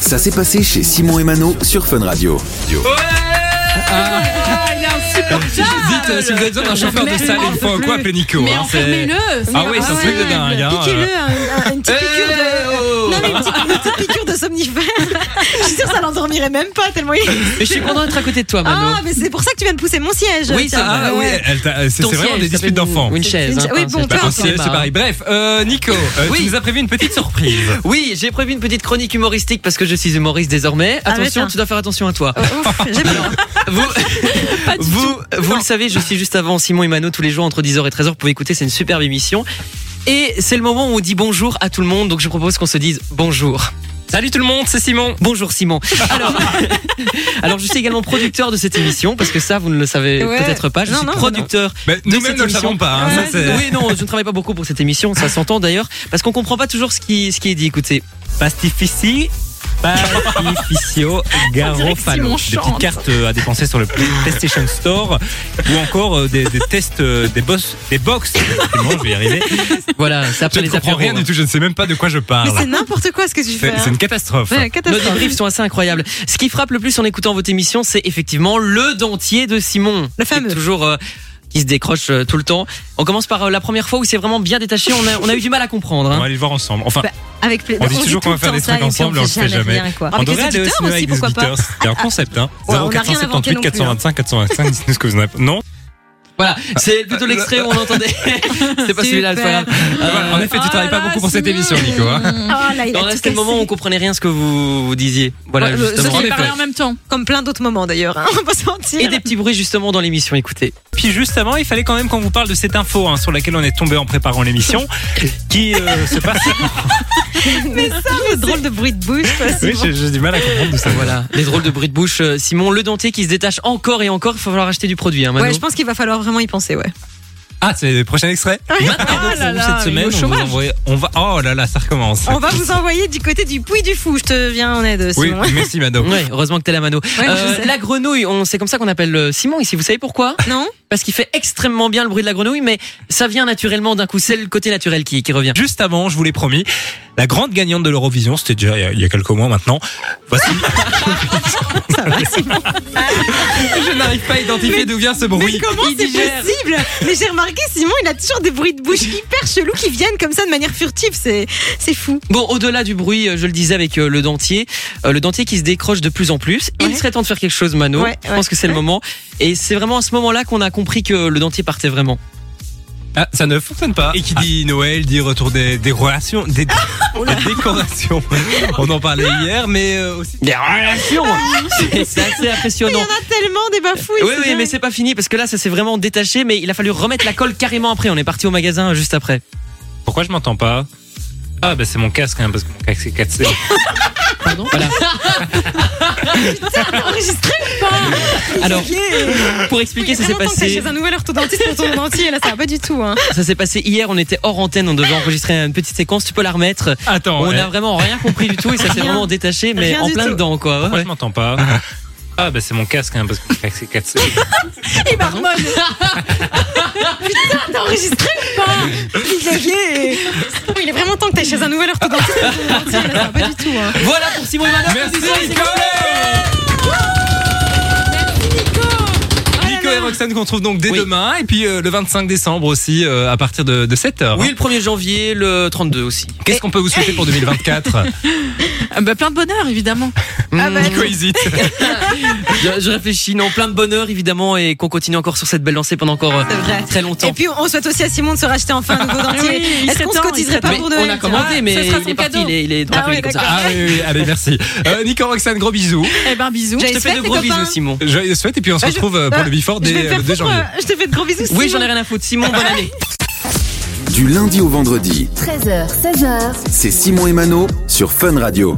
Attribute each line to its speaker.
Speaker 1: Ça s'est passé chez Simon et Mano sur Fun Radio.
Speaker 2: Ah, il est
Speaker 3: Dites euh,
Speaker 2: insupportable
Speaker 3: si vous avez besoin d'un chauffeur de salle, il faut un coup appeler Nico.
Speaker 2: Mais
Speaker 3: hein, c'est-
Speaker 2: enfermez-le
Speaker 3: Ah oui, c'est un truc de dingue. hein.
Speaker 4: Piquez-le un- un- une petite piqûre de.
Speaker 3: Eh, oh.
Speaker 4: Non, mais une petite, une petite piqûre de somnifère. je suis sûre que ça l'endormirait même pas tellement il est.
Speaker 2: Mais je suis content d'être à côté de toi, Mano.
Speaker 4: Ah, mais c'est pour ça que tu viens de pousser mon siège.
Speaker 2: Oui,
Speaker 4: tiens.
Speaker 2: ça,
Speaker 3: Ah oui,
Speaker 4: Ouais.
Speaker 3: elle t'a- c'est
Speaker 2: Ton
Speaker 3: c'est vraiment
Speaker 2: siège,
Speaker 3: des
Speaker 2: ça
Speaker 3: disputes
Speaker 2: s'appelle une-
Speaker 3: d'enfans.
Speaker 2: Une chaise.
Speaker 4: une
Speaker 2: hein,
Speaker 4: cha- oui,
Speaker 2: enfin,
Speaker 4: bon,
Speaker 2: c'est pas
Speaker 4: peu
Speaker 3: Bah, on
Speaker 4: importe.
Speaker 2: un
Speaker 3: sait,
Speaker 2: cinéma,
Speaker 3: c'est
Speaker 2: hein.
Speaker 3: pareil. Bref, euh, Nico, euh, tu
Speaker 2: Oui.
Speaker 3: nous as prévu une petite surprise.
Speaker 2: Oui, j'ai prévu une petite chronique humoristique parce que je suis humoriste désormais.
Speaker 4: Ah,
Speaker 2: Attention,
Speaker 4: mais ça.
Speaker 2: tu dois faire attention à toi.
Speaker 4: Oh, ouf, J'ai peur.
Speaker 2: Vous, vous, vous le savez, je suis juste avant Simon et Mano tous les jours entre 10h et 13h. Vous pouvez écouter, c'est une superbe émission. Et c'est le moment où on dit bonjour à tout le monde. Donc je propose qu'on se dise bonjour. Salut tout le monde, c'est Simon. Bonjour Simon. Alors, alors je suis également producteur de cette émission parce que ça vous ne le savez
Speaker 4: Ouais.
Speaker 2: peut-être pas. Je
Speaker 4: Non,
Speaker 2: suis
Speaker 4: non, non.
Speaker 2: producteur
Speaker 3: Mais
Speaker 2: de
Speaker 3: Nous-mêmes
Speaker 2: cette
Speaker 3: ne le
Speaker 2: émission.
Speaker 3: savons pas. hein, ça,
Speaker 4: Ouais.
Speaker 3: c'est-
Speaker 2: Oui, non, je ne travaille pas beaucoup pour cette émission, ça s'entend d'ailleurs, parce qu'on comprend pas toujours ce qui, ce qui est dit. Écoutez,
Speaker 5: Pastifici. Pastificio Garofalo.
Speaker 6: Simon
Speaker 5: Des
Speaker 6: chante.
Speaker 5: petites cartes euh, à dépenser sur le Play- PlayStation Store ou encore euh, des, des tests, euh, des boss, des box. Bon, je vais y arriver.
Speaker 2: voilà, c'est
Speaker 3: Je
Speaker 2: après
Speaker 3: ne
Speaker 2: les
Speaker 3: comprends
Speaker 2: apéros.
Speaker 3: rien
Speaker 5: hein.
Speaker 3: du tout, je ne sais même pas de quoi je
Speaker 4: Mais
Speaker 3: parle.
Speaker 4: c'est n'importe quoi ce que tu fais.
Speaker 3: C'est c'est une catastrophe.
Speaker 4: Ouais,
Speaker 2: Nos
Speaker 4: catastrophe.
Speaker 2: débriefs sont assez incroyables. Ce qui frappe le plus en écoutant votre émission, c'est effectivement le dentier de Simon.
Speaker 4: Le
Speaker 2: Qui est
Speaker 4: fameux.
Speaker 2: toujours. euh, qui se décroche euh, tout le temps. On commence par euh, la première fois où c'est vraiment bien détaché. On a, on a eu du mal à comprendre.
Speaker 5: On
Speaker 2: hein.
Speaker 5: va aller le voir ensemble. Enfin,
Speaker 4: Bah, Avec plaisir.
Speaker 5: On dit toujours qu'on va
Speaker 4: tout
Speaker 5: faire
Speaker 4: le
Speaker 5: des
Speaker 4: temps ça,
Speaker 5: trucs
Speaker 4: et puis
Speaker 5: ensemble,
Speaker 4: on
Speaker 5: on
Speaker 4: fait
Speaker 5: le fait jamais.
Speaker 4: rien, quoi.
Speaker 5: on
Speaker 4: Avec les
Speaker 5: devrait aller au
Speaker 4: auditeurs
Speaker 5: cinéma
Speaker 4: aussi,
Speaker 5: avec des
Speaker 4: pourquoi pas
Speaker 5: auditeurs. C'était un concept, hein.
Speaker 4: Ouais, on a rien
Speaker 5: 0478
Speaker 4: inventé non plus, hein.
Speaker 5: 425 425, dites-nous ce que vous en avez. Non
Speaker 2: Voilà, c'est plutôt l'extrait où on entendait. c'est pas Euh, celui-là, le
Speaker 4: Super.
Speaker 3: En effet, tu travailles pas beaucoup pour cette émission, Nico. hein.
Speaker 4: Ah, là, il a
Speaker 2: Dans
Speaker 4: tout
Speaker 2: restait le moment où on
Speaker 4: cassé.
Speaker 2: comprenait rien ce que vous, vous disiez. Voilà,
Speaker 4: Ouais, euh,
Speaker 2: justement.
Speaker 4: ceux
Speaker 6: On
Speaker 4: qui
Speaker 6: est
Speaker 4: parlent
Speaker 6: parlé en même temps.
Speaker 4: Comme plein d'autres moments d'ailleurs, hein, on va pas se mentir.
Speaker 2: Et des petits bruits justement dans l'émission, écoutez.
Speaker 5: Puis juste avant, il fallait quand même qu'on vous parle de cette info hein, sur laquelle on est tombé en préparant l'émission, qui euh, se passe.
Speaker 4: Mais ça, mais drôle de bruit de bouche. quoi, c'est
Speaker 5: Oui,
Speaker 4: bon.
Speaker 5: j'ai j'ai du mal à comprendre d'où ça vient.
Speaker 2: Voilà, les drôles de bruits de bouche. euh, Simon, le dentier qui se détache encore et encore, il va falloir acheter du produit. Hein, Manon.
Speaker 4: Ouais, je pense qu'il va falloir vraiment y penser, ouais.
Speaker 5: Ah, c'est le prochain extrait
Speaker 3: Maintenant,
Speaker 6: là
Speaker 3: vous,
Speaker 6: là,
Speaker 3: cette
Speaker 6: il est
Speaker 3: semaine,
Speaker 6: au
Speaker 3: on, vous
Speaker 6: chômage.
Speaker 3: envoie-
Speaker 5: On va. Oh là là, ça recommence.
Speaker 4: On va vous envoyer du côté du Puy du Fou, je te viens en aide,
Speaker 3: Oui,
Speaker 4: Simon.
Speaker 3: merci, madame.
Speaker 2: Ouais, heureusement que t'es la mano.
Speaker 4: Ouais,
Speaker 2: Euh,
Speaker 4: je sais.
Speaker 2: la grenouille, on, c'est comme ça qu'on appelle euh, Simon ici. Vous savez pourquoi
Speaker 4: Non
Speaker 2: Parce qu'il fait extrêmement bien le bruit de la grenouille, mais ça vient naturellement d'un coup. C'est le côté naturel qui, qui revient.
Speaker 5: Juste avant, je vous l'ai promis, la grande gagnante de l'Eurovision, c'était déjà il y a- il y a quelques mois maintenant. Voici
Speaker 3: Je n'arrive pas à identifier d'où vient ce
Speaker 4: Mais
Speaker 3: bruit.
Speaker 4: comment
Speaker 2: il
Speaker 4: c'est
Speaker 2: digère.
Speaker 4: possible Mais j'ai remarqué, Simon, il a toujours des bruits de bouche hyper chelous qui viennent comme ça de manière furtive, c'est c'est fou.
Speaker 2: Bon, au-delà du bruit, euh, je le disais avec euh, le dentier, euh, le dentier qui se décroche de plus en plus. Il
Speaker 4: Ouais.
Speaker 2: serait temps de faire quelque chose, Mano.
Speaker 4: Ouais,
Speaker 2: Je pense
Speaker 4: ouais,
Speaker 2: que c'est le
Speaker 4: ouais.
Speaker 2: moment. Et c'est vraiment à ce moment-là qu'on a compris que le dentier partait vraiment.
Speaker 3: Ah, ça ne fonctionne pas.
Speaker 5: Et qui dit Noël dit retour des, des relations, des, des décorations.
Speaker 3: On en parlait hier, mais euh, aussi.
Speaker 2: Des relations C'est c'est assez
Speaker 4: Il y en
Speaker 2: impressionnant.
Speaker 4: a tellement des bafouilles.
Speaker 2: Oui,
Speaker 4: c'est
Speaker 2: oui,
Speaker 4: dingue.
Speaker 2: mais c'est pas fini parce que là, ça s'est vraiment détaché, mais il a fallu remettre la colle carrément après. On est parti au magasin juste après.
Speaker 5: Pourquoi je m'entends pas Ah, bah c'est mon casque, hein, parce que mon casque est cassé.
Speaker 2: Pardon Voilà.
Speaker 4: Putain, enregistré
Speaker 2: Alors,
Speaker 4: Ok. Il
Speaker 2: pour expliquer,
Speaker 4: y a
Speaker 2: ça s'est
Speaker 4: vraiment que t'ailles
Speaker 2: passé.
Speaker 4: chez un nouvel orthodontiste pour ton dentier, là ça va pas du tout. Hein.
Speaker 2: Ça s'est passé hier. On était hors antenne. On devait
Speaker 4: Ah
Speaker 2: enregistrer une petite séquence. Tu peux la remettre.
Speaker 5: Attends,
Speaker 2: On
Speaker 5: eh,
Speaker 2: a vraiment rien compris du tout et ça s'est
Speaker 4: Rien.
Speaker 2: vraiment détaché, mais
Speaker 4: Rien
Speaker 2: en
Speaker 4: du
Speaker 2: plein
Speaker 4: tout.
Speaker 2: dedans, quoi.
Speaker 5: pourquoi
Speaker 2: Ouais.
Speaker 5: je m'entends pas Ah, bah c'est mon casque, hein, parce que mon casque est cassé.
Speaker 2: Ah,
Speaker 4: Il marmonne. Putain, t'as enregistré ou pas Il est gay. Il est vraiment temps que t'ailles chez un nouvel orthodontiste pour ton dentier, là ça va pas du tout. Hein.
Speaker 2: Voilà pour Simon et Manon.
Speaker 3: Merci,
Speaker 2: Applaudissements,
Speaker 3: Nico
Speaker 4: Ah
Speaker 3: Nico et Roxane qu'on trouve donc dès
Speaker 2: Oui.
Speaker 3: demain et puis euh, le 25 décembre aussi euh, à partir de, 7h.
Speaker 2: Oui, le 1er janvier, le 32 aussi.
Speaker 3: Qu'est-ce qu'on peut vous souhaiter pour 2024
Speaker 2: euh,
Speaker 6: Ah bah, plein de bonheur, évidemment.
Speaker 4: Ah bah,
Speaker 3: Nico hésite.
Speaker 2: Je, je réfléchis, non, plein de bonheur évidemment et qu'on continue encore sur cette belle lancée pendant encore euh,
Speaker 4: C'est vrai.
Speaker 2: très longtemps.
Speaker 4: Et puis on souhaite aussi à Simon de se racheter enfin un nouveau dentier.
Speaker 6: Oui, il
Speaker 4: Est-ce
Speaker 6: serait
Speaker 4: qu'on se
Speaker 6: temps, il
Speaker 4: cotiserait
Speaker 6: serait
Speaker 4: pas
Speaker 2: Mais
Speaker 4: pour
Speaker 2: on
Speaker 4: Noël
Speaker 2: a commandé,
Speaker 6: Ah,
Speaker 2: mais
Speaker 6: ce sera
Speaker 2: il est
Speaker 6: son
Speaker 2: parti,
Speaker 6: cadeau.
Speaker 2: il est, il est dans
Speaker 4: Ah
Speaker 2: la
Speaker 4: ouais,
Speaker 2: rue comme ça.
Speaker 4: d'accord.
Speaker 3: Ah oui, oui, allez, merci. Euh, Nico Roxane, gros bisous.
Speaker 6: Eh ben, bisous.
Speaker 2: Je te fais
Speaker 4: J'espère,
Speaker 2: de
Speaker 4: les
Speaker 2: gros
Speaker 4: copains.
Speaker 2: bisous, Simon.
Speaker 3: Je le souhaite et puis on se
Speaker 4: Ah, je-
Speaker 3: retrouve euh, pour
Speaker 4: ah,
Speaker 3: le before
Speaker 4: Je
Speaker 3: dès
Speaker 4: vais
Speaker 3: euh,
Speaker 4: faire
Speaker 3: le 2
Speaker 4: fondre,
Speaker 3: janvier.
Speaker 4: euh, Je te fais de gros bisous.
Speaker 2: Oui,
Speaker 4: Simon.
Speaker 2: j'en ai rien à foutre. Simon, bonne année.
Speaker 1: Du lundi au vendredi,
Speaker 7: 13h, 16h,
Speaker 1: c'est Simon et Mano sur Fun Radio.